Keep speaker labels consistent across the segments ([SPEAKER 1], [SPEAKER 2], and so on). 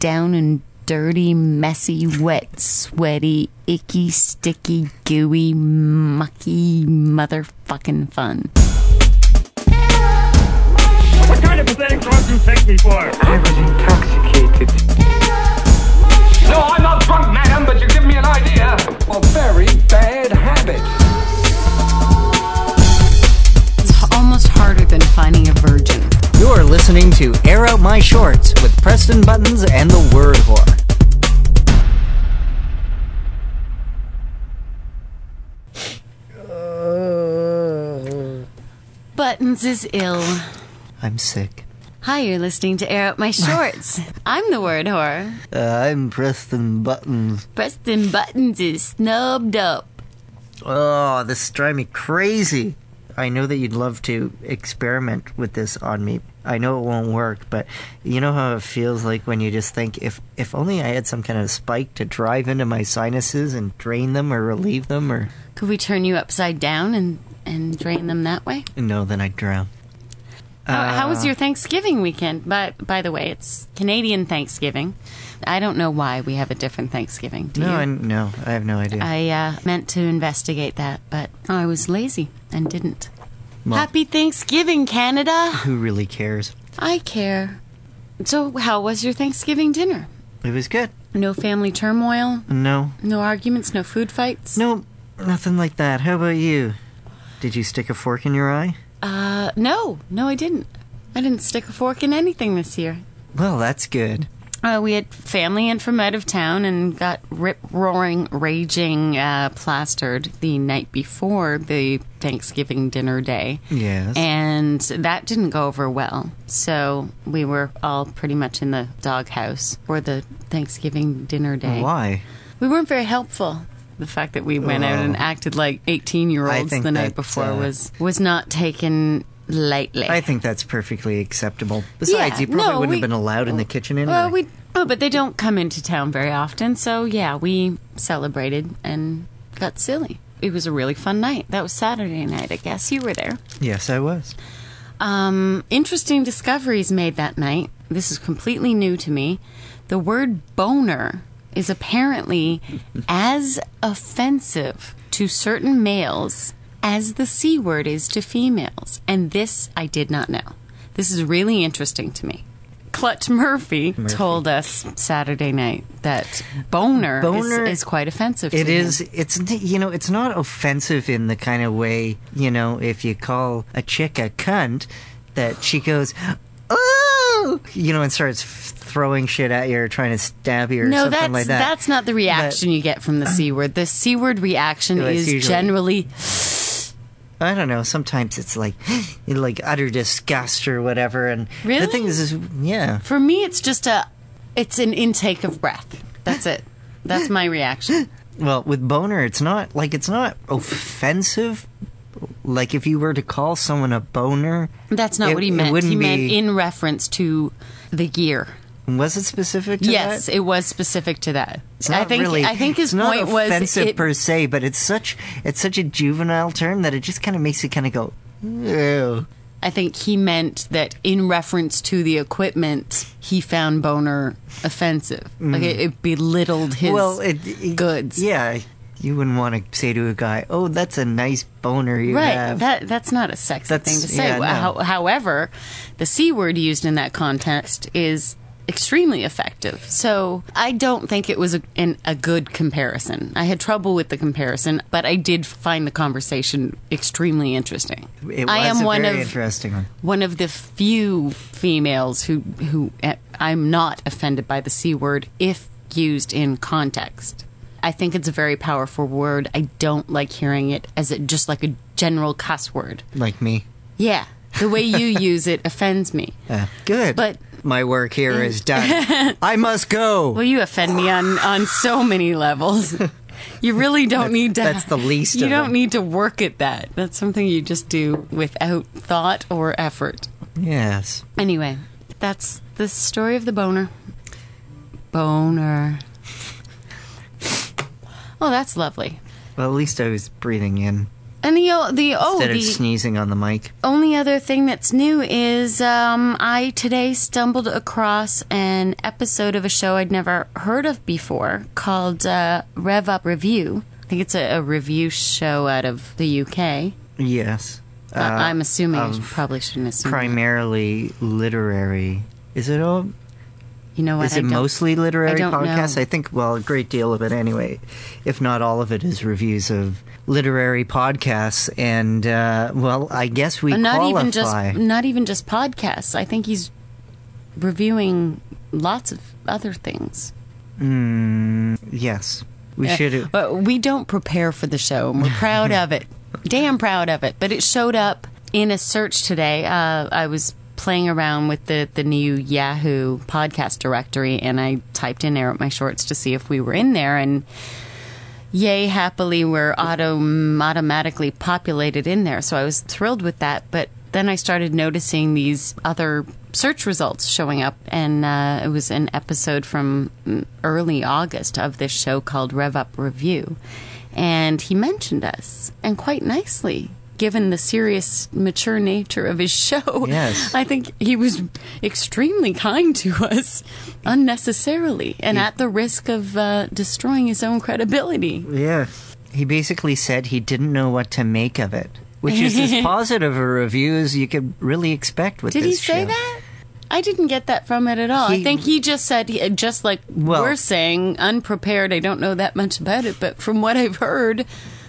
[SPEAKER 1] down and dirty, messy, wet, sweaty, icky, sticky, gooey, mucky, motherfucking fun.
[SPEAKER 2] What kind of pathetic drunk do you take me for?
[SPEAKER 3] I was intoxicated.
[SPEAKER 4] No, I'm not drunk, madam, but you give me an idea.
[SPEAKER 3] A very bad habit.
[SPEAKER 1] It's almost harder than finding a virgin.
[SPEAKER 5] You're listening to Air Out My Shorts with Preston Buttons and the Word Whore.
[SPEAKER 1] Buttons is ill.
[SPEAKER 5] I'm sick.
[SPEAKER 1] Hi, you're listening to Air Out My Shorts. I'm the word whore.
[SPEAKER 5] Uh, I'm Preston Buttons.
[SPEAKER 1] Preston Buttons is snubbed up.
[SPEAKER 5] Oh, this is driving me crazy. I know that you'd love to experiment with this on me. I know it won't work, but you know how it feels like when you just think if if only I had some kind of spike to drive into my sinuses and drain them or relieve them or
[SPEAKER 1] Could we turn you upside down and, and drain them that way?
[SPEAKER 5] no, then I'd drown.
[SPEAKER 1] How, how was your Thanksgiving weekend? By by the way, it's Canadian Thanksgiving. I don't know why we have a different Thanksgiving. Do
[SPEAKER 5] No,
[SPEAKER 1] you?
[SPEAKER 5] I, no, I have no idea.
[SPEAKER 1] I uh, meant to investigate that, but I was lazy and didn't.
[SPEAKER 5] Well,
[SPEAKER 1] Happy Thanksgiving, Canada!
[SPEAKER 5] who really cares?
[SPEAKER 1] I care. So, how was your Thanksgiving dinner?
[SPEAKER 5] It was good.
[SPEAKER 1] No family turmoil,
[SPEAKER 5] No,
[SPEAKER 1] no arguments, no food fights.
[SPEAKER 5] no, nothing like that. How about you? Did you stick a fork in your eye?
[SPEAKER 1] Uh, no, no, I didn't. I didn't stick a fork in anything this year.
[SPEAKER 5] Well, that's good.
[SPEAKER 1] Uh, we had family in from out of town and got rip roaring, raging uh, plastered the night before the Thanksgiving dinner day.
[SPEAKER 5] Yes.
[SPEAKER 1] And that didn't go over well. So we were all pretty much in the doghouse for the Thanksgiving dinner day.
[SPEAKER 5] Why?
[SPEAKER 1] We weren't very helpful. The fact that we went out and acted like 18 year
[SPEAKER 5] Oh. I
[SPEAKER 1] olds
[SPEAKER 5] think
[SPEAKER 1] the night
[SPEAKER 5] that,
[SPEAKER 1] before
[SPEAKER 5] uh,
[SPEAKER 1] was, was not taken lightly.
[SPEAKER 5] I think that's perfectly acceptable. Besides,
[SPEAKER 1] Yeah,
[SPEAKER 5] you probably
[SPEAKER 1] no,
[SPEAKER 5] wouldn't
[SPEAKER 1] we-
[SPEAKER 5] have been allowed in the kitchen anyway.
[SPEAKER 1] Well, we oh, but they don't come into town very often, so yeah, we celebrated and got silly. It was a really fun night. That was Saturday night, I guess. You were there.
[SPEAKER 5] yes, I was.
[SPEAKER 1] Um, interesting discoveries made that night. This is completely new to me. The word boner is apparently as offensive to certain males as the C word is to females. And this I did not know. This is really interesting to me. Clutch Murphy, told us Saturday night that boner,
[SPEAKER 5] Boner-
[SPEAKER 1] is, is quite offensive
[SPEAKER 5] It
[SPEAKER 1] to him.
[SPEAKER 5] is. It's n- you know. It's not offensive in the kind of way you know. If you call a chick a cunt, that she goes, oh, you know, and starts f- throwing shit at you or trying to stab you or
[SPEAKER 1] No,
[SPEAKER 5] something
[SPEAKER 1] that's
[SPEAKER 5] like that.
[SPEAKER 1] that's not the reaction you get from the c word. The c word reaction
[SPEAKER 5] Yeah, it's
[SPEAKER 1] is
[SPEAKER 5] usually-
[SPEAKER 1] generally
[SPEAKER 5] I don't know. Sometimes it's like, like utter disgust or whatever. And
[SPEAKER 1] Really?
[SPEAKER 5] the thing is, is yeah.
[SPEAKER 1] for me. It's just a, it's an intake of breath. That's it. That's my reaction.
[SPEAKER 5] Well, with boner, it's not like it's not offensive. Like if you were to call someone a boner,
[SPEAKER 1] That's not
[SPEAKER 5] It-
[SPEAKER 1] what he
[SPEAKER 5] it
[SPEAKER 1] meant.
[SPEAKER 5] wouldn't
[SPEAKER 1] He meant
[SPEAKER 5] be-
[SPEAKER 1] in reference to the gear.
[SPEAKER 5] was it specific to
[SPEAKER 1] Yes,
[SPEAKER 5] that?
[SPEAKER 1] it was specific to that.
[SPEAKER 5] It's not
[SPEAKER 1] I think
[SPEAKER 5] really,
[SPEAKER 1] I think his
[SPEAKER 5] it's not
[SPEAKER 1] point was
[SPEAKER 5] offensive
[SPEAKER 1] it-
[SPEAKER 5] per se, but it's such it's such a juvenile term that it just kind of makes you kind of go, ew.
[SPEAKER 1] I think he meant that in reference to the equipment, he found boner offensive. Like it, it belittled his
[SPEAKER 5] Mm. well, it, it-
[SPEAKER 1] goods.
[SPEAKER 5] Yeah, you wouldn't want to say to a guy, "Oh, that's a nice boner you
[SPEAKER 1] Right.
[SPEAKER 5] have."
[SPEAKER 1] That that's not a sexy
[SPEAKER 5] That's-
[SPEAKER 1] thing to say.
[SPEAKER 5] yeah, no.
[SPEAKER 1] How, however, the c word used in that context is extremely effective. So I don't think it was a, an, a good comparison. I had trouble with the comparison, but I did find the conversation extremely interesting.
[SPEAKER 5] it was
[SPEAKER 1] I am
[SPEAKER 5] a
[SPEAKER 1] one
[SPEAKER 5] very
[SPEAKER 1] of
[SPEAKER 5] interesting one.
[SPEAKER 1] one of the few females who who eh, I'm not offended by the c word if used in context. I think it's a very powerful word. I don't like hearing it as it just like a general cuss word.
[SPEAKER 5] Like me,
[SPEAKER 1] Yeah, the way you use it offends me.
[SPEAKER 5] yeah, Uh, good.
[SPEAKER 1] But-
[SPEAKER 5] my work here is done. I must go.
[SPEAKER 1] Well, you offend me on on so many levels. You really don't need to.
[SPEAKER 5] that's the least
[SPEAKER 1] You
[SPEAKER 5] of
[SPEAKER 1] don't
[SPEAKER 5] them.
[SPEAKER 1] need to work at that. That's something you just do without thought or effort.
[SPEAKER 5] yes.
[SPEAKER 1] Anyway, that's the story of the boner. Boner. Oh, that's lovely.
[SPEAKER 5] Well, at least I was breathing in.
[SPEAKER 1] And the o- the oh
[SPEAKER 5] instead
[SPEAKER 1] the Oh.
[SPEAKER 5] of sneezing on the mic.
[SPEAKER 1] only other thing that's new is um, I today stumbled across an episode of a show I'd never heard of before called uh, Rev Up Review. I think it's a, a review show out of the UK. I
[SPEAKER 5] Yes.
[SPEAKER 1] Mm-hmm. I'm assuming I
[SPEAKER 5] of
[SPEAKER 1] should- probably shouldn't assume.
[SPEAKER 5] Primarily literary. Is it all?
[SPEAKER 1] you know what?
[SPEAKER 5] Is
[SPEAKER 1] I
[SPEAKER 5] it
[SPEAKER 1] don't-
[SPEAKER 5] mostly literary
[SPEAKER 1] I don't
[SPEAKER 5] podcasts?
[SPEAKER 1] know.
[SPEAKER 5] I think well, a great deal of it anyway, if not all of it, is reviews of literary podcasts. And uh, well, I guess we
[SPEAKER 1] Uh, not
[SPEAKER 5] qualify.
[SPEAKER 1] even just not even just podcasts. I think he's reviewing lots of other things.
[SPEAKER 5] yes,
[SPEAKER 1] Eh.
[SPEAKER 5] we should.
[SPEAKER 1] But we don't prepare for the show, and we're proud of it. Damn proud of it. But it showed up in a search today. Uh, I was playing around with the, the new Yahoo podcast directory, and I typed in Air Up My Shorts to see if we were in there. And yay, happily, we're auto- automatically populated in there. So I was thrilled with that. But then I started noticing these other search results showing up, and uh, it was an episode from mm, early August of this show called Rev Up Review. And he mentioned us, and quite nicely. Given the serious, mature nature of his show,
[SPEAKER 5] Yes.
[SPEAKER 1] I think he was extremely kind to us unnecessarily and at the risk of uh, destroying his own credibility.
[SPEAKER 5] Yeah, he basically said he didn't know what to make of it, which is as positive a review as you could really expect with
[SPEAKER 1] Did
[SPEAKER 5] this
[SPEAKER 1] he say
[SPEAKER 5] show.
[SPEAKER 1] that? I didn't get that from it at all. I
[SPEAKER 5] He-
[SPEAKER 1] think he just said, he- just like
[SPEAKER 5] Well-
[SPEAKER 1] we're saying, unprepared. I don't know that much about it, but from what I've heard,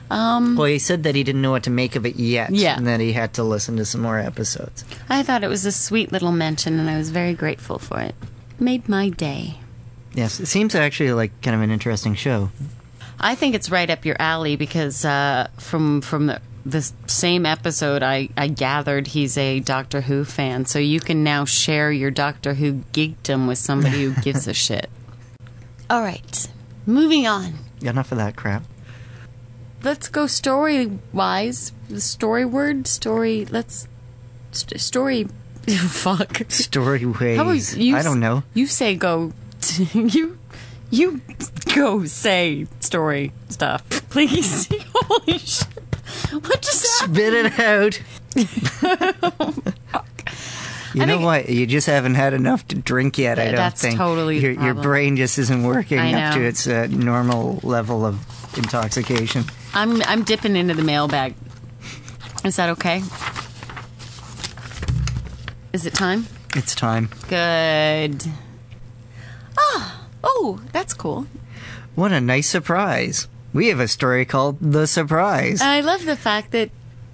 [SPEAKER 5] Well, he said that he didn't know what to make of it yet,
[SPEAKER 1] Yeah.
[SPEAKER 5] and that he had to listen to some more episodes.
[SPEAKER 1] I thought it was a sweet little mention, and I was very grateful for it. Made my day.
[SPEAKER 5] Yes, it seems actually like kind of an interesting show.
[SPEAKER 1] I think it's right up your alley because uh, from from the the same episode, I, I gathered he's a Doctor Who fan, so you can now share your Doctor Who geekdom with somebody who gives a shit. All right, moving on.
[SPEAKER 5] Enough of that crap.
[SPEAKER 1] Let's go story wise. The story word story. Let's st- story. Fuck.
[SPEAKER 5] Story ways.
[SPEAKER 1] How about you?
[SPEAKER 5] I don't know.
[SPEAKER 1] You say go. you you go say story stuff, please. Holy shit! What just happened?
[SPEAKER 5] Spit it out. You
[SPEAKER 1] I
[SPEAKER 5] know
[SPEAKER 1] think-
[SPEAKER 5] what? You just haven't had enough to drink yet. I
[SPEAKER 1] Th-
[SPEAKER 5] don't
[SPEAKER 1] that's
[SPEAKER 5] think
[SPEAKER 1] totally the
[SPEAKER 5] your, your
[SPEAKER 1] problem.
[SPEAKER 5] brain just isn't working
[SPEAKER 1] I
[SPEAKER 5] up
[SPEAKER 1] know.
[SPEAKER 5] to its uh, normal level of intoxication.
[SPEAKER 1] I'm I'm dipping into the mailbag. Is that okay? Is it time?
[SPEAKER 5] It's time.
[SPEAKER 1] Good. Ah, oh, that's cool.
[SPEAKER 5] What a nice surprise! We have a story called "The Surprise."
[SPEAKER 1] I love the fact that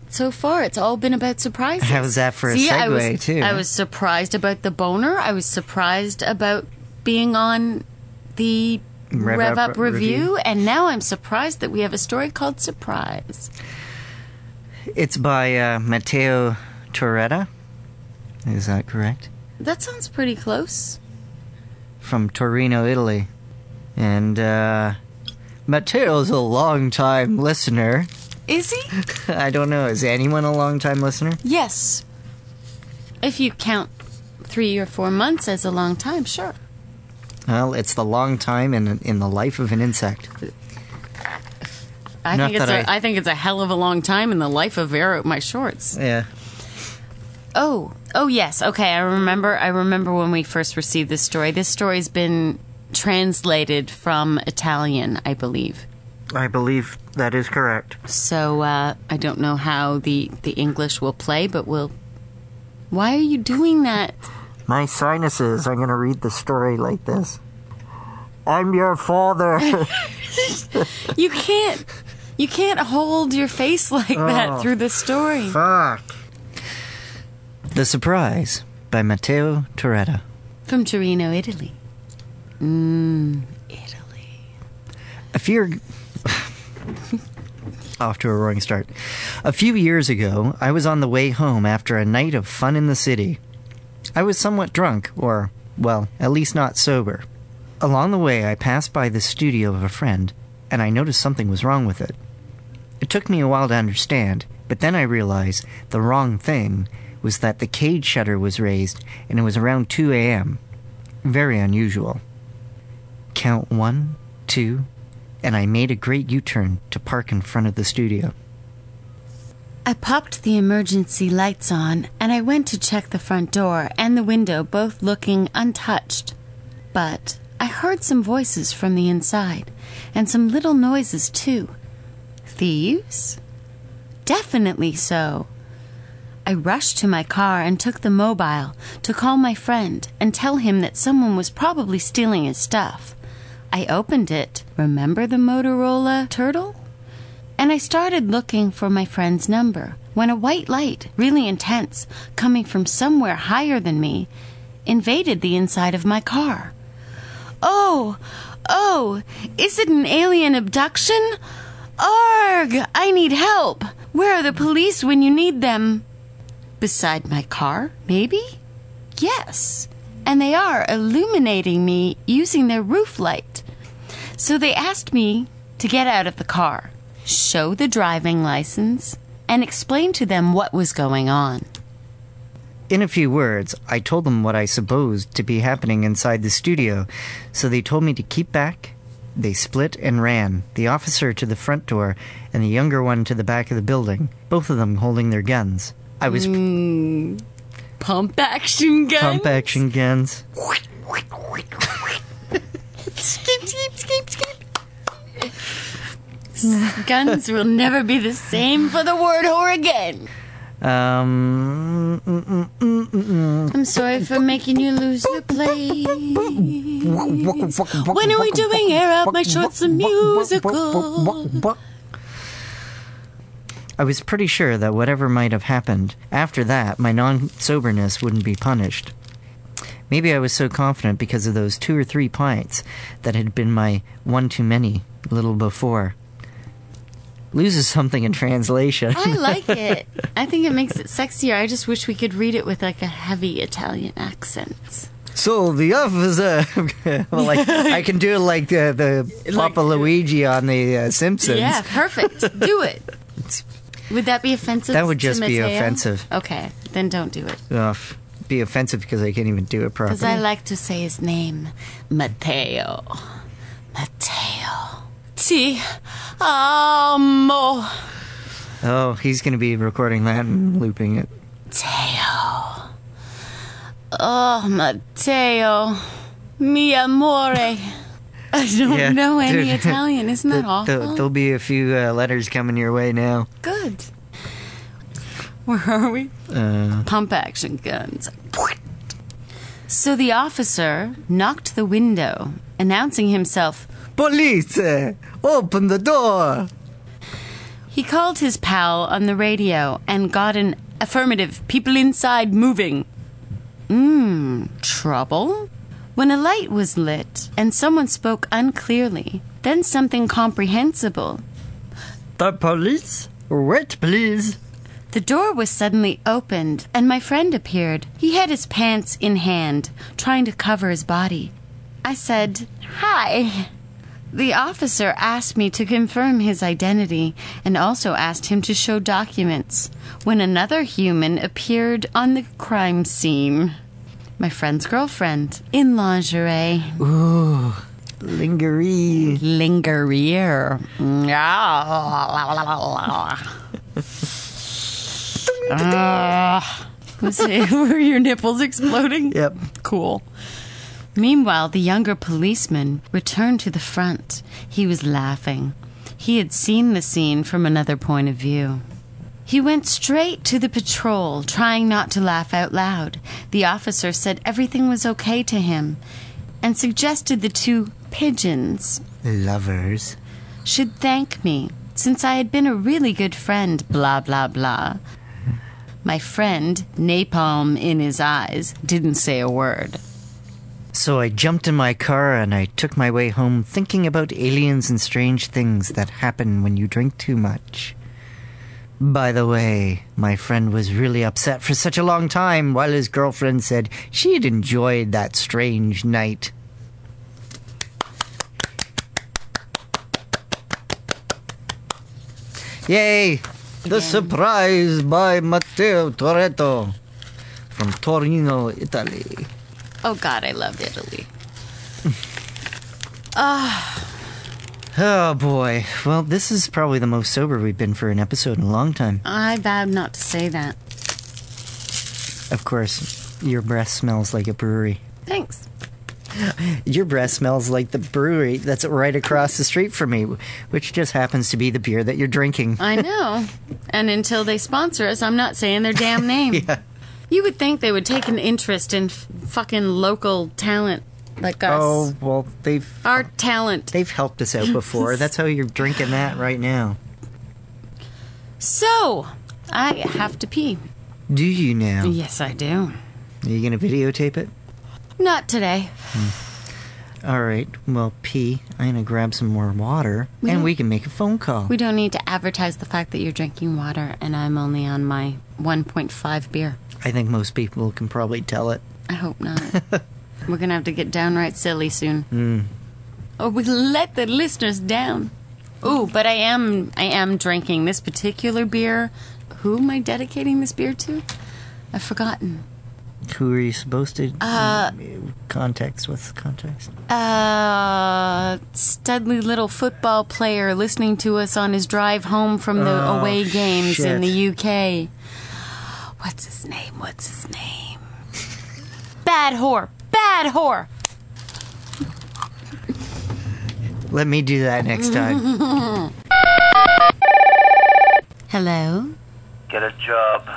[SPEAKER 1] so far it's all been about surprises.
[SPEAKER 5] How's that for a
[SPEAKER 1] See, I
[SPEAKER 5] segue,
[SPEAKER 1] was,
[SPEAKER 5] too?
[SPEAKER 1] I was surprised about the boner. I was surprised about being on the
[SPEAKER 5] Rev
[SPEAKER 1] Rev,
[SPEAKER 5] Up
[SPEAKER 1] Up,
[SPEAKER 5] Review.
[SPEAKER 1] review, and now I'm surprised that we have a story called Surprise.
[SPEAKER 5] it's by uh, Matteo Toretta. Is that correct?
[SPEAKER 1] That sounds pretty close.
[SPEAKER 5] from Torino, Italy. And uh, Matteo's a long-time listener.
[SPEAKER 1] Is he?
[SPEAKER 5] I don't know. Is anyone a long-time listener?
[SPEAKER 1] Yes. If you count three or four months as a long time, sure.
[SPEAKER 5] Well, it's the long time in in the life of an insect.
[SPEAKER 1] I
[SPEAKER 5] Not
[SPEAKER 1] think it's
[SPEAKER 5] that
[SPEAKER 1] a,
[SPEAKER 5] I-
[SPEAKER 1] I think it's a hell of a long time in the life of Arrow My Shorts.
[SPEAKER 5] Yeah.
[SPEAKER 1] Oh, oh yes. Okay, I remember. I remember when we first received this story. This story's been translated from Italian, I believe.
[SPEAKER 5] I believe that is correct.
[SPEAKER 1] So uh, I don't know how the the English will play, but we'll. Why are you doing that?
[SPEAKER 5] My sinuses. I'm going to read the story like this. I'm your father.
[SPEAKER 1] You can't. You can't hold your face like that through the story.
[SPEAKER 5] Fuck. The Surprise by Matteo Toretta.
[SPEAKER 1] From Torino, Italy. Mmm, Italy.
[SPEAKER 5] A few. Off to a roaring start. A few years ago, I was on the way home after a night of fun in the city. I was somewhat drunk, or, well, at least not sober. Along the way, I passed by the studio of a friend, and I noticed something was wrong with it. It took me a while to understand, but then I realized the wrong thing was that the cage shutter was raised, and it was around 2 a.m. Very unusual. Count one, two, and I made a great U turn to park in front of the studio.
[SPEAKER 1] I popped the emergency lights on and I went to check the front door and the window, both looking untouched. But I heard some voices from the inside and some little noises too. Thieves? Definitely so. I rushed to my car and took the mobile to call my friend and tell him that someone was probably stealing his stuff. I opened it. Remember the Motorola Turtle? and I started looking for my friend's number when a white light, really intense, coming from somewhere higher than me, invaded the inside of my car. Oh, oh, is it an alien abduction? Arg, I need help. Where are the police when you need them? Beside my car, maybe? Yes. And they are illuminating me using their roof light. So they asked me to get out of the car, show the driving license, and explain to them what was going on.
[SPEAKER 5] In a few words, I told them what I supposed to be happening inside the studio, so they told me to keep back. They split and ran, the officer to the front door and the younger one to the back of the building, both of them holding their guns. I was
[SPEAKER 1] Pump action gun.
[SPEAKER 5] pump action guns.
[SPEAKER 1] Skip, skip, skip, skip. Guns will never be the same for the word whore again.
[SPEAKER 5] Um, mm, mm, mm, mm,
[SPEAKER 1] I'm sorry for making you lose your place.
[SPEAKER 5] mm.
[SPEAKER 1] When are we doing Air Out My Shorts the musical?
[SPEAKER 5] I was pretty sure that whatever might have happened after that, my non soberness wouldn't be punished. Maybe I was so confident because of those two or three pints that had been my one too many little before. Loses something in translation.
[SPEAKER 1] I like it. I think it makes it sexier. I just wish we could read it with like a heavy Italian accent.
[SPEAKER 5] So the officer, well, like I can do like the, the Papa Luigi on the uh, Simpsons.
[SPEAKER 1] Yeah, perfect. Do it. Would that be offensive?
[SPEAKER 5] That would
[SPEAKER 1] to
[SPEAKER 5] just be
[SPEAKER 1] Matteo?
[SPEAKER 5] offensive.
[SPEAKER 1] Okay, then don't do it.
[SPEAKER 5] Ugh, be offensive because I can't even do it properly.
[SPEAKER 1] Because I like to say his name, Matteo. Matteo. Ti amo.
[SPEAKER 5] Oh, he's going to be recording that and looping it.
[SPEAKER 1] Matteo. Oh, Matteo. Mi amore. I don't
[SPEAKER 5] Yeah,
[SPEAKER 1] know any
[SPEAKER 5] dude.
[SPEAKER 1] Italian. Isn't that awful?
[SPEAKER 5] Th- there'll be a few uh, letters coming your way now.
[SPEAKER 1] Good. Where are we?
[SPEAKER 5] Uh,
[SPEAKER 1] Pump action guns. So the officer knocked the window, announcing himself.
[SPEAKER 5] Police, Uh, open the door.
[SPEAKER 1] He called his pal on the radio and got an affirmative, people inside moving. Mmm, trouble? When a light was lit and someone spoke unclearly, then something comprehensible.
[SPEAKER 5] The police, wait, please.
[SPEAKER 1] The door was suddenly opened, and my friend appeared. He had his pants in hand, trying to cover his body. I said, Hi. The officer asked me to confirm his identity and also asked him to show documents when another human appeared on the crime scene. My friend's girlfriend, in lingerie.
[SPEAKER 5] Lingerie.
[SPEAKER 1] Lingerier. Was it- Uh, were your nipples exploding?
[SPEAKER 5] Yep.
[SPEAKER 1] Cool. Meanwhile, the younger policeman returned to the front. He was laughing. He had seen the scene from another point of view. He went straight to the patrol, trying not to laugh out loud. The officer said everything was okay to him and suggested the two pigeons
[SPEAKER 5] Lovers.
[SPEAKER 1] should thank me, since I had been a really good friend, blah, blah, blah. My friend, napalm in his eyes, didn't say a word.
[SPEAKER 5] So I jumped in my car and I took my way home thinking about aliens and strange things that happen when you drink too much. By the way, my friend was really upset for such a long time while his girlfriend said she'd enjoyed that strange night. Yay! The surprise by Matteo Toretto from Torino, Italy.
[SPEAKER 1] Oh, God, I loved Italy. Ah,
[SPEAKER 5] Oh boy. Well, this is probably the most sober we've been for an episode in a long time.
[SPEAKER 1] I vowed not to say that.
[SPEAKER 5] Of course, your breath smells like a brewery.
[SPEAKER 1] Thanks.
[SPEAKER 5] Your breath smells like the brewery that's right across the street from me, which just happens to be the beer that you're drinking.
[SPEAKER 1] I know. and until they sponsor us, I'm not saying their damn name. You would think they would take an interest in f- fucking local talent like us.
[SPEAKER 5] Oh, well, they've
[SPEAKER 1] Our talent.
[SPEAKER 5] they've helped us out before. that's how you're drinking that right now.
[SPEAKER 1] so, I have to pee.
[SPEAKER 5] Do you now? Are
[SPEAKER 1] Yes, I do.
[SPEAKER 5] you going to videotape it?
[SPEAKER 1] Not today.
[SPEAKER 5] All right. Well, pee. I'm going to grab some more water and
[SPEAKER 1] don't-
[SPEAKER 5] we can make a phone call.
[SPEAKER 1] We don't need to advertise the fact that you're drinking water and I'm only on my 1.5 beer.
[SPEAKER 5] I think most people can probably tell it.
[SPEAKER 1] I hope not. We're going to have to get downright silly soon. Or we let the listeners down. Ooh, but I am I am drinking this particular beer. Who am I dedicating this beer to? I've forgotten.
[SPEAKER 5] Who are you supposed to uh, context? What's the context?
[SPEAKER 1] Uh, studly little football player listening to us on his drive home from the
[SPEAKER 5] Oh,
[SPEAKER 1] away games in
[SPEAKER 5] shit.
[SPEAKER 1] the UK. What's his name? What's his name? Bad whore. Bad whore.
[SPEAKER 5] Let me do that next time.
[SPEAKER 1] Hello?
[SPEAKER 6] get a job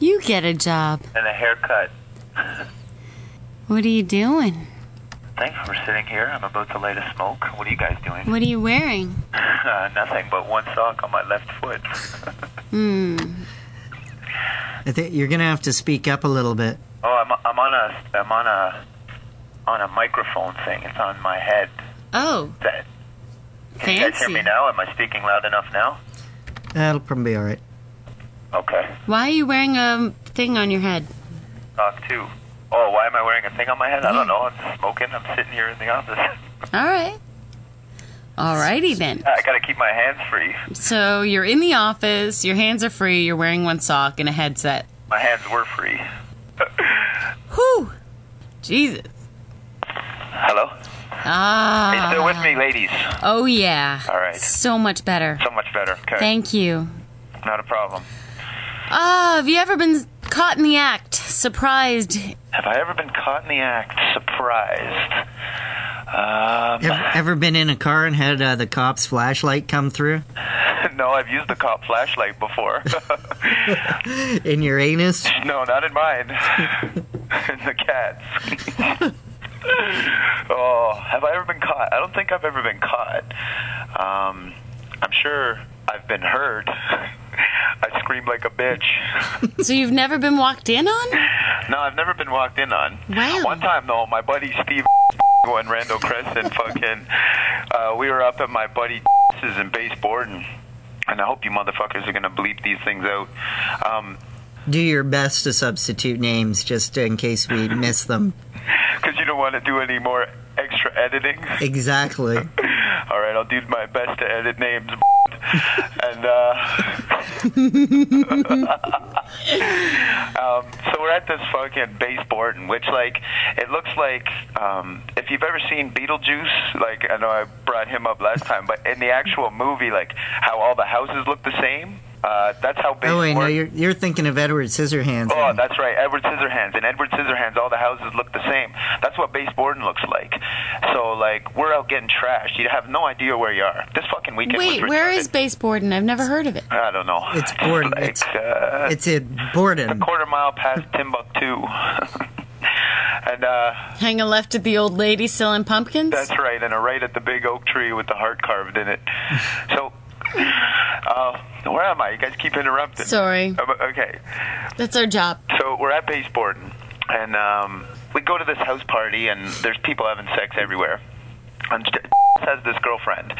[SPEAKER 1] You get a job.
[SPEAKER 6] and a haircut.
[SPEAKER 1] What are you doing?
[SPEAKER 6] Thanks for sitting here. I'm about to light a smoke. What are you guys doing?
[SPEAKER 1] What are you wearing?
[SPEAKER 6] Uh, nothing but one sock on my left foot.
[SPEAKER 1] Hmm.
[SPEAKER 5] I think you're going to have to speak up a little bit.
[SPEAKER 6] Oh, I'm, I'm on a I'm on a on a microphone thing. It's on my head.
[SPEAKER 1] Oh,
[SPEAKER 6] Is That, can you guys hear
[SPEAKER 1] fancy.
[SPEAKER 6] me now? Am I speaking loud enough now?
[SPEAKER 5] That'll probably be all right.
[SPEAKER 6] Okay.
[SPEAKER 1] Why are you wearing a thing on your head?
[SPEAKER 6] Sock two. Oh, why am I wearing a thing on my head? I don't know. I'm just smoking. I'm sitting here in the office.
[SPEAKER 1] All right. Alrighty then.
[SPEAKER 6] I gotta keep my hands free.
[SPEAKER 1] So you're in the office, your hands are free, you're wearing one sock and a headset.
[SPEAKER 6] My hands were free.
[SPEAKER 1] Whew! Jesus.
[SPEAKER 6] Hello.
[SPEAKER 1] Ah.
[SPEAKER 6] Are you still with me, ladies?
[SPEAKER 1] Oh, yeah.
[SPEAKER 6] All right.
[SPEAKER 1] So much better.
[SPEAKER 6] So much better. Okay.
[SPEAKER 1] Thank you.
[SPEAKER 6] Not a problem.
[SPEAKER 1] Ah, have you ever been caught in the act? Surprised?
[SPEAKER 6] Have I ever been caught in the act? Um, Surprised.
[SPEAKER 5] Ever, ever been in a car and had uh, the cop's flashlight come through
[SPEAKER 6] Um, no, I've used the cop flashlight before.
[SPEAKER 5] in your anus?
[SPEAKER 6] no, not in mine. in the cat's. oh, have I ever been caught? I don't think I've ever been caught. Um, I'm sure I've been heard. I scream like a bitch.
[SPEAKER 1] So you've never been walked in on?
[SPEAKER 6] No, I've never been walked in on.
[SPEAKER 1] Wow.
[SPEAKER 6] One time though, my buddy Steve and Randall Crescent fucking uh, we were up at my buddy in base Borden. And I hope you motherfuckers are gonna bleep these things out. Um,
[SPEAKER 5] Do your best to substitute names just in case we miss them.
[SPEAKER 6] 'cause you don't want to do any more extra editing.
[SPEAKER 5] Exactly.
[SPEAKER 6] All right, I'll do my best to edit names. and uh, um, so we're at this fucking base Borton, which like it looks like um, if you've ever seen Beetlejuice, like I know I brought him up last time, but in the actual movie, like how all the houses look the same. Uh, that's how base
[SPEAKER 5] Oh wait, no,
[SPEAKER 6] Borton-
[SPEAKER 5] you're you're thinking of Edward Scissorhands.
[SPEAKER 6] Oh, that's right. Edward Scissorhands. In Edward Scissorhands, all the houses look the same. That's what base Borden looks like. So, like, we're out getting trashed. You have no idea where you are. This fucking weekend
[SPEAKER 1] Wait,
[SPEAKER 6] was
[SPEAKER 1] where
[SPEAKER 6] retarded.
[SPEAKER 1] is baseboard? And I've never heard of it.
[SPEAKER 6] I don't know.
[SPEAKER 5] It's Borden.
[SPEAKER 6] Like,
[SPEAKER 5] It's-
[SPEAKER 6] uh,
[SPEAKER 5] it's a Borden.
[SPEAKER 6] quarter mile past Timbuktu. and, uh,
[SPEAKER 1] Hang a left at the old lady selling pumpkins?
[SPEAKER 6] that's right. And a right at the big oak tree with the heart carved in it. so, uh, where am I? You guys keep interrupting.
[SPEAKER 1] Sorry.
[SPEAKER 6] Um, Okay.
[SPEAKER 1] That's our job.
[SPEAKER 6] So we're at Baseboard, and um, we go to this house party, and there's people having sex everywhere. And has this girlfriend,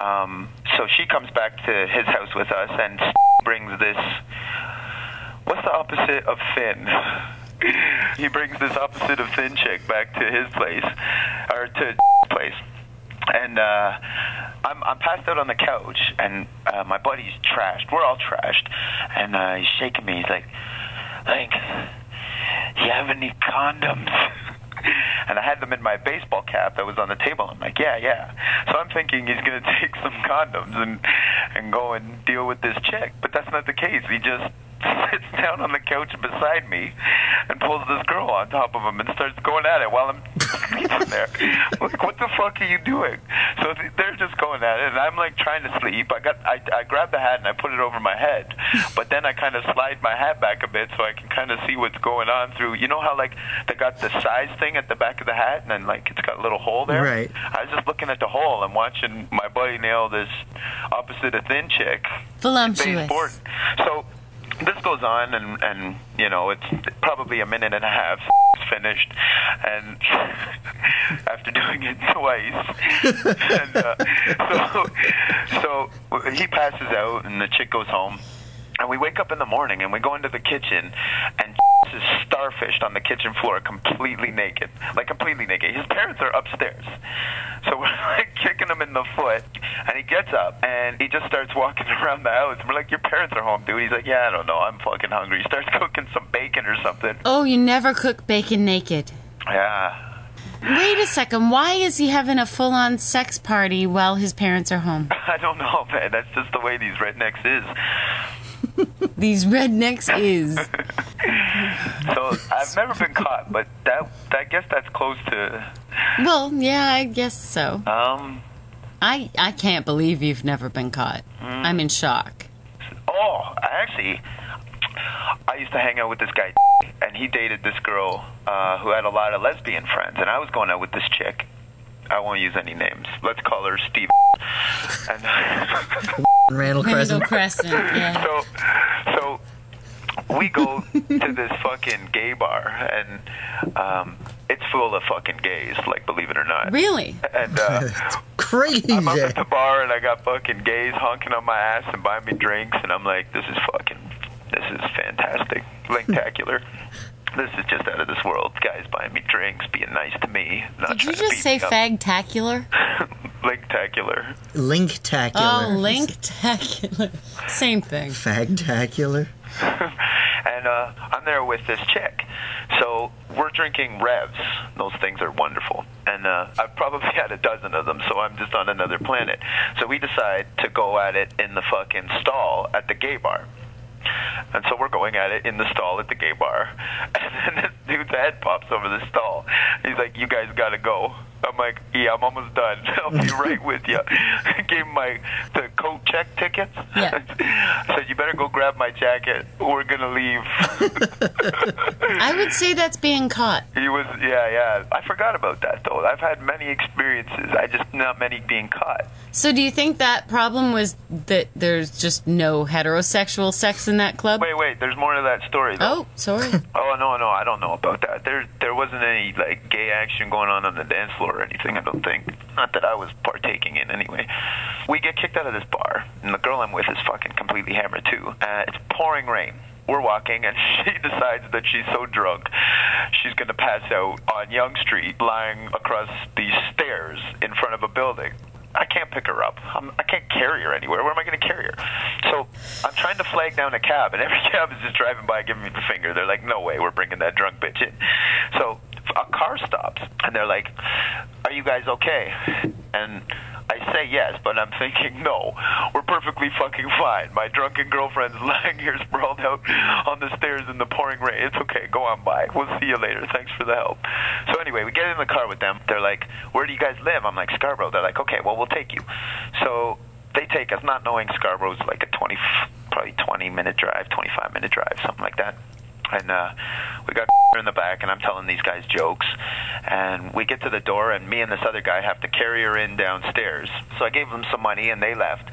[SPEAKER 6] um, so she comes back to his house with us, and brings this. What's the opposite of Finn? he brings this opposite of Finn chick back to his place, or to place and uh, I'm, I'm passed out on the couch, and uh, my buddy's trashed. We're all trashed, and uh, he's shaking me. He's like, "Link, you have any condoms?" and I had them in my baseball cap that was on the table. I'm like, yeah, yeah. So I'm thinking he's gonna take some condoms and and go and deal with this chick, but that's not the case. He just sits down on the couch beside me and pulls this girl on top of him and starts going at it while I'm sleeping there. Like, what the fuck are you doing? So th- they're just going at it, and I'm like trying to sleep. I got, I, I grabbed the hat and I put it over my head, but then I kind of slide my hat back a bit so I can kind of see what's going on through. You know how like they got the size thing at the back of the hat, and then like it's got a little hole there.
[SPEAKER 5] Right.
[SPEAKER 6] I was just looking at the hole and watching my buddy nail this opposite a thin chick
[SPEAKER 1] Voluptuous.
[SPEAKER 6] baseboard. So this goes on, and and you know it's probably a minute and a half finished, and after doing it twice, and, uh, so so he passes out, and the chick goes home, and we wake up in the morning, and we go into the kitchen, and. is starfished on the kitchen floor, completely naked, like completely naked. His parents are upstairs, so we're like kicking him in the foot, and he gets up and he just starts walking around the house. We're like, "Your parents are home, dude." He's like, "Yeah, I don't know. I'm fucking hungry." He starts cooking some bacon or something.
[SPEAKER 1] Oh, you never cook bacon naked.
[SPEAKER 6] Yeah,
[SPEAKER 1] Wait a second. Why is he having a full on sex party while his parents are home?
[SPEAKER 6] I don't know, man. That's just the way these rednecks is.
[SPEAKER 1] These rednecks is.
[SPEAKER 6] So I've never been caught, but that I guess that's close to.
[SPEAKER 1] Well, yeah, I guess so.
[SPEAKER 6] Um.
[SPEAKER 1] I, I can't believe you've never been caught.
[SPEAKER 6] Mm.
[SPEAKER 1] I'm in shock.
[SPEAKER 6] Oh, actually, I used to hang out with this guy, and he dated this girl uh, who had a lot of lesbian friends, and I was going out with this chick. I won't use any names. Let's call her Steve. And
[SPEAKER 5] Randall
[SPEAKER 1] Randall
[SPEAKER 5] Crescent.
[SPEAKER 1] Crescent, yeah.
[SPEAKER 6] so so we go to this fucking gay bar and um it's full of fucking gays like believe it or not
[SPEAKER 1] Really?
[SPEAKER 6] and uh
[SPEAKER 5] Crazy.
[SPEAKER 6] I'm up at the bar and I got fucking gays honking on my ass and buying me drinks and I'm like, this is fucking, this is fantastic, linktacular. this is just out of this world. Guys buying me drinks, being nice to me. Not
[SPEAKER 1] Did you
[SPEAKER 6] trying to
[SPEAKER 1] just
[SPEAKER 6] beat
[SPEAKER 1] say
[SPEAKER 6] me up.
[SPEAKER 1] fagtacular?
[SPEAKER 6] Linktacular.
[SPEAKER 5] Linktacular.
[SPEAKER 1] Oh, linktacular. Same thing.
[SPEAKER 5] Fagtacular.
[SPEAKER 6] and uh, I'm there with this chick. So we're drinking revs. Those things are wonderful. And uh, I've probably had a dozen of them, so I'm just on another planet. So we decide to go at it in the fucking stall at the gay bar. And so we're going at it in the stall at the gay bar. And then this dude's head pops over the stall. He's like, You guys gotta go. I'm like, Yeah, I'm almost done. I'll be right with you. Gave him my the coat check tickets.
[SPEAKER 1] Yeah.
[SPEAKER 6] said, You better go grab my jacket. We're gonna leave.
[SPEAKER 1] I would say that's being caught.
[SPEAKER 6] He was, yeah, yeah. I forgot about that though. I've had many experiences. I just not many being caught.
[SPEAKER 1] So do you think that problem was that there's just no heterosexual sex in that club?
[SPEAKER 6] Wait, wait. There's more to that story. Though.
[SPEAKER 1] Oh, sorry.
[SPEAKER 6] Oh no, no, I don't know about that. There, there wasn't any like gay action going on on the dance floor or anything. I don't think. Not that I was partaking in anyway. We get kicked out of this bar, and the girl I'm with is fucking completely hammered too. Uh, it's pouring rain. We're walking, and she decides that she's so drunk, she's gonna pass out on Young Street, lying across these stairs in front of a building. I can't pick her up. I'm, I can't carry her anywhere. Where am I going to carry her? So I'm trying to flag down a cab, and every cab is just driving by giving me the finger. They're like, no way, we're bringing that drunk bitch in. So a car stops, and they're like, are you guys okay? And I say yes, but I'm thinking, no, we're perfectly fucking fine. My drunken girlfriend's lying here sprawled out on the stairs in the pouring rain. It's okay, go on by. We'll see you later. Thanks for the help. So anyway, we get in the car with them. They're like, where do you guys live? I'm like, Scarborough. They're like, okay, well, we'll take you. So they take us, not knowing Scarborough's like a 20, probably 20 minute drive, 25 minute drive, something like that and uh, we got in the back, and I'm telling these guys jokes, and we get to the door, and me and this other guy have to carry her in downstairs. So I gave them some money, and they left,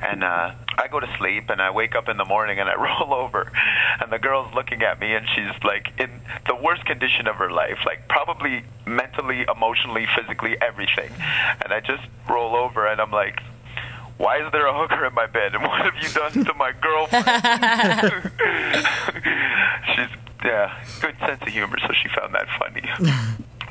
[SPEAKER 6] and uh, I go to sleep, and I wake up in the morning, and I roll over, and the girl's looking at me, and she's like in the worst condition of her life, like probably mentally, emotionally, physically, everything, and I just roll over, and I'm like. Why is there a hooker in my bed? And what have you done to my girlfriend? She's yeah, good sense of humor, so she found that funny.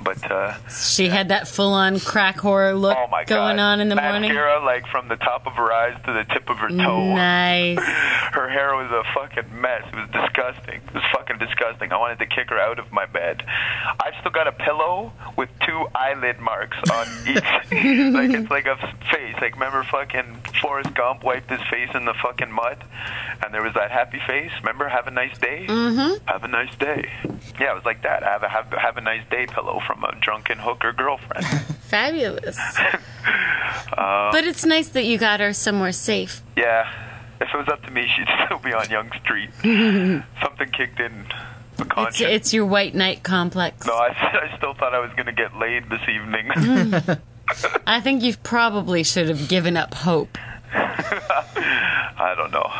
[SPEAKER 6] But uh,
[SPEAKER 1] She had that full on crack horror look
[SPEAKER 6] oh my god,
[SPEAKER 1] going on in the morning.
[SPEAKER 6] mascara like from the top of her eyes to the tip of her toe.
[SPEAKER 1] Nice.
[SPEAKER 6] Her hair was a fucking mess. It was disgusting. It was fucking disgusting. I wanted to kick her out of my bed. I've still got a pillow with two eyelid marks on each. like it's like a face. Like remember fucking Forrest Gump wiped his face in the fucking mud, and there was that happy face. Remember, have a nice day. Mm-hmm. Have a nice day. Yeah, it was like that. I have a have, have a nice day pillow from a drunken hooker girlfriend.
[SPEAKER 1] Fabulous. but it's nice that you got her somewhere safe.
[SPEAKER 6] Yeah. If it was up to me, she'd still be on Young Street. Something kicked in. A
[SPEAKER 1] It's,
[SPEAKER 6] conscience.
[SPEAKER 1] it's your white knight complex.
[SPEAKER 6] Oh, No, I, I still thought I was going to get laid this evening.
[SPEAKER 1] I think you probably should have given up hope.
[SPEAKER 6] I don't know.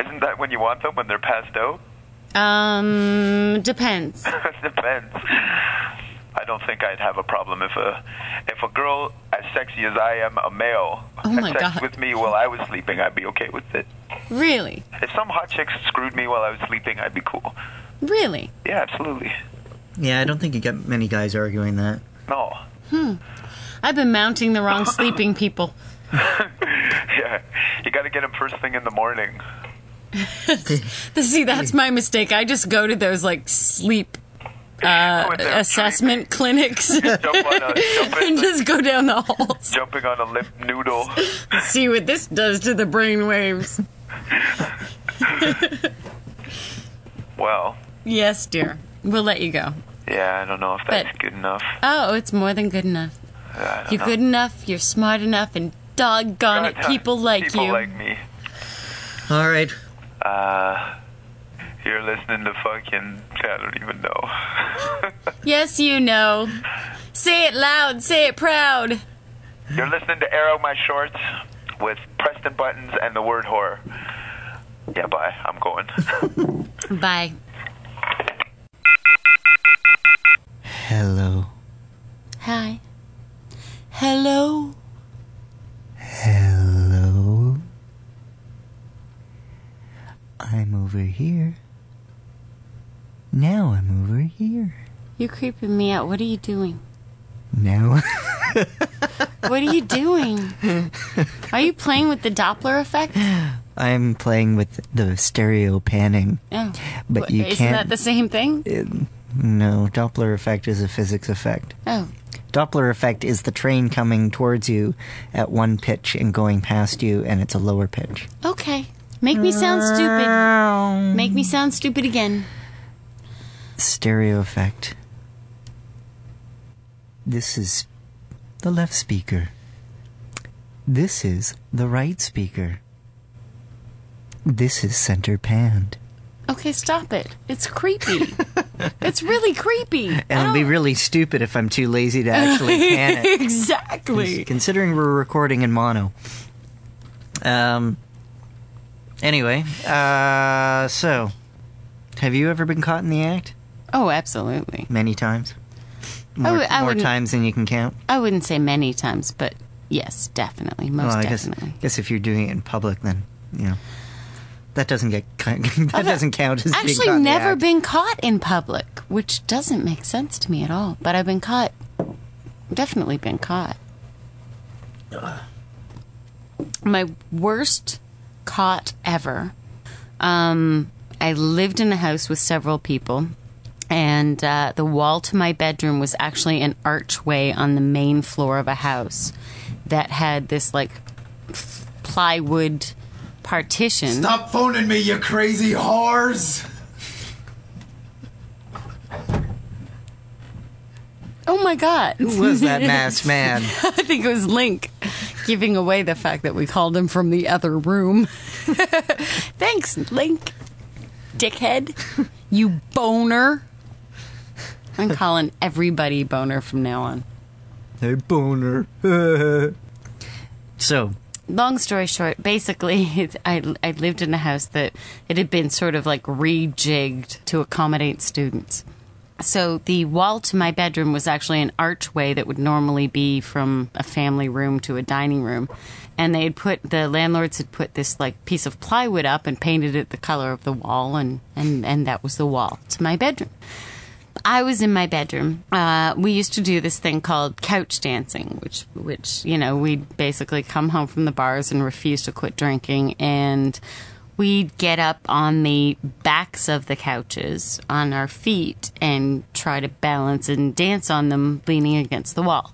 [SPEAKER 6] Isn't that when you want them, when they're passed out?
[SPEAKER 1] Um, depends.
[SPEAKER 6] it depends. I don't think I'd have a problem if a if a girl as sexy as I am, a male,
[SPEAKER 1] Oh
[SPEAKER 6] had
[SPEAKER 1] my
[SPEAKER 6] sex
[SPEAKER 1] God.
[SPEAKER 6] with me while I was sleeping. I'd be okay with it.
[SPEAKER 1] Really,
[SPEAKER 6] If some hot chick screwed me while I was sleeping, I'd be cool.
[SPEAKER 1] really.
[SPEAKER 6] Yeah, absolutely.
[SPEAKER 5] Yeah, I don't think you get many guys arguing that.
[SPEAKER 6] No.
[SPEAKER 1] I've been mounting the wrong sleeping people.
[SPEAKER 6] Yeah, you got to get them first thing in the morning.
[SPEAKER 1] See, that's my mistake. I just go to those like sleep
[SPEAKER 6] With their
[SPEAKER 1] Uh, assessment clinics
[SPEAKER 6] dreamy- Jump on a, jump in,
[SPEAKER 1] and just go down the halls.
[SPEAKER 6] jumping on a lip noodle.
[SPEAKER 1] See what this does to the brain waves.
[SPEAKER 6] Well,
[SPEAKER 1] Yes, dear. We'll let you go.
[SPEAKER 6] yeah, I don't know if that's
[SPEAKER 1] But-
[SPEAKER 6] good enough.
[SPEAKER 1] Oh, it's more than good enough.
[SPEAKER 6] I don't
[SPEAKER 1] You're
[SPEAKER 6] know.
[SPEAKER 1] good enough. You're smart enough, and doggone it, people like
[SPEAKER 6] people
[SPEAKER 1] you.
[SPEAKER 6] like me.
[SPEAKER 5] All right.
[SPEAKER 6] Uh, you're listening to fucking. I don't even know.
[SPEAKER 1] yes, you know. Say it loud. Say it proud.
[SPEAKER 6] you're listening to Arrow My Shorts with Preston Buttons and the word horror. Yeah, bye. I'm going.
[SPEAKER 1] Bye.
[SPEAKER 5] Hello.
[SPEAKER 1] Hi. Hello.
[SPEAKER 5] Hello. I'm over here. Now I'm over here.
[SPEAKER 1] You're creeping me out. What are you doing?
[SPEAKER 5] Now.
[SPEAKER 1] What are you doing? Are you playing with the Doppler effect?
[SPEAKER 5] I'm playing with the stereo panning.
[SPEAKER 1] Oh.
[SPEAKER 5] But
[SPEAKER 1] What-
[SPEAKER 5] you
[SPEAKER 1] Isn't
[SPEAKER 5] can't-
[SPEAKER 1] that the same thing?
[SPEAKER 5] No, Doppler effect is a physics effect.
[SPEAKER 1] Oh.
[SPEAKER 5] Doppler effect is the train coming towards you at one pitch and going past you, and it's a lower pitch.
[SPEAKER 1] Okay. Make me sound stupid. Make me sound stupid again.
[SPEAKER 5] Stereo effect. This is the left speaker. This is the right speaker. This is center panned.
[SPEAKER 1] Okay, stop it. It's creepy. it's really creepy. Oh.
[SPEAKER 5] And it'll be really stupid if I'm too lazy to actually pan it.
[SPEAKER 1] exactly.
[SPEAKER 5] considering we're recording in mono. Um. Anyway, uh, so have you ever been caught in the act?
[SPEAKER 1] Oh, absolutely.
[SPEAKER 5] Many times.
[SPEAKER 1] I
[SPEAKER 5] More,
[SPEAKER 1] would- Oh, I
[SPEAKER 5] more
[SPEAKER 1] wouldn't-
[SPEAKER 5] times than you can count.
[SPEAKER 1] I wouldn't say many times, but yes, definitely. Most
[SPEAKER 5] well, I guess,
[SPEAKER 1] definitely.
[SPEAKER 5] guess if you're doing it in public, then you know that doesn't get ki- that doesn't count as being caught
[SPEAKER 1] Actually,
[SPEAKER 5] in the
[SPEAKER 1] never
[SPEAKER 5] act.
[SPEAKER 1] been caught in public, which doesn't make sense to me at all. But I've been caught. Definitely been caught. My worst caught ever. Um, I lived in a house with several people, and uh, the wall to my bedroom was actually an archway on the main floor of a house that had this like f- plywood partition.
[SPEAKER 7] Stop phoning me, you crazy whores!
[SPEAKER 1] Oh my god.
[SPEAKER 5] Who was that masked man?
[SPEAKER 1] I think it was Link giving away the fact that we called him from the other room. Thanks, Link. Dickhead. You boner. I'm calling everybody boner from now on.
[SPEAKER 5] Hey, boner. so,
[SPEAKER 1] long story short, basically, it's, I, I lived in a house that it had been sort of like rejigged to accommodate students. So the wall to my bedroom was actually an archway that would normally be from a family room to a dining room. And they had put the landlords had put this like piece of plywood up and painted it the color of the wall and, and, and that was the wall to my bedroom I was in my bedroom. Uh, we used to do this thing called couch dancing, which, which you know, we'd basically come home from the bars and refuse to quit drinking, and we'd get up on the backs of the couches on our feet and try to balance and dance on them, leaning against the wall.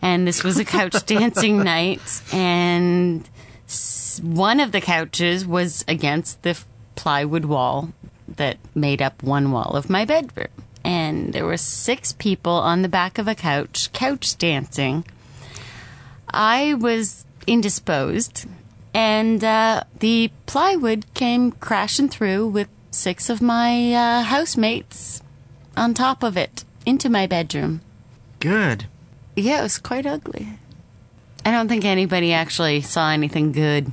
[SPEAKER 1] And this was a couch dancing night, and s- one of the couches was against the f- plywood wall that made up one wall of my bedroom. And there were six people on the back of a couch, couch dancing. I was indisposed, and uh, the plywood came crashing through with six of my uh, housemates on top of it into my bedroom.
[SPEAKER 5] Good.
[SPEAKER 1] Yeah, it was quite ugly. I don't think anybody actually saw anything good.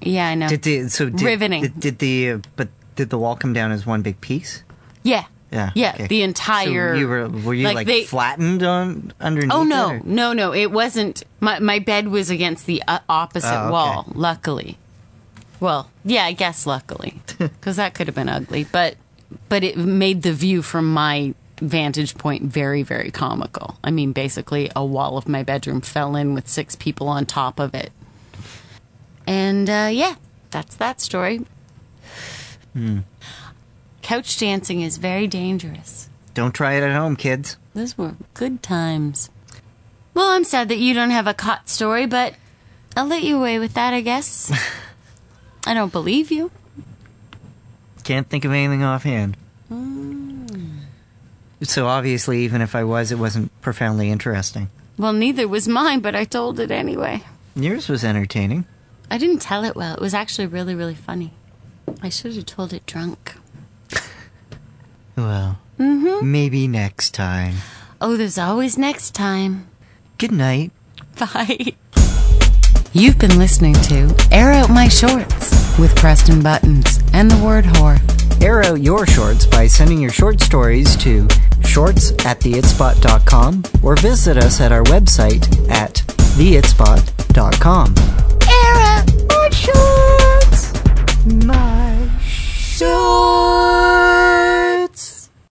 [SPEAKER 1] yeah, I know.
[SPEAKER 5] Did the so did,
[SPEAKER 1] Riveting.
[SPEAKER 5] Did, did the uh, but did the wall come down as one big piece?
[SPEAKER 1] yeah.
[SPEAKER 5] Yeah.
[SPEAKER 1] Yeah,
[SPEAKER 5] okay.
[SPEAKER 1] the
[SPEAKER 5] So
[SPEAKER 1] entire.
[SPEAKER 5] you were were you like,
[SPEAKER 1] they-
[SPEAKER 5] flattened on underneath?
[SPEAKER 1] Oh
[SPEAKER 5] it,
[SPEAKER 1] no,
[SPEAKER 5] or-
[SPEAKER 1] no, no! It wasn't. My my bed was against the uh, opposite
[SPEAKER 5] Oh, okay.
[SPEAKER 1] wall. Luckily, well, yeah, I guess luckily, because that could have been ugly. But but it made the view from my vantage point very very comical. I mean, basically, a wall of my bedroom fell in with six people on top of it, and uh, yeah, that's that story.
[SPEAKER 5] Hmm.
[SPEAKER 1] Couch dancing is very dangerous.
[SPEAKER 5] Don't try it at home, kids.
[SPEAKER 1] Those were good times. Well, I'm sad that you don't have a cot story, but I'll let you away with that, I guess. I don't believe you.
[SPEAKER 5] Can't think of anything offhand. So obviously, even if I was, it wasn't profoundly interesting.
[SPEAKER 1] Well, neither was mine, but I told it anyway.
[SPEAKER 5] Yours was entertaining.
[SPEAKER 1] I didn't tell it well. It was actually really, really funny. I should have told it drunk.
[SPEAKER 5] Well, mm-hmm. maybe next time.
[SPEAKER 1] Oh, there's always next time.
[SPEAKER 5] Good night.
[SPEAKER 1] Bye. You've been listening to Air Out My Shorts with Preston Buttons and the word whore.
[SPEAKER 5] Air out your shorts by sending your short stories to shorts at theitspot.com or visit us at our website at theitspot.com.
[SPEAKER 1] Air Out My Shorts!
[SPEAKER 5] My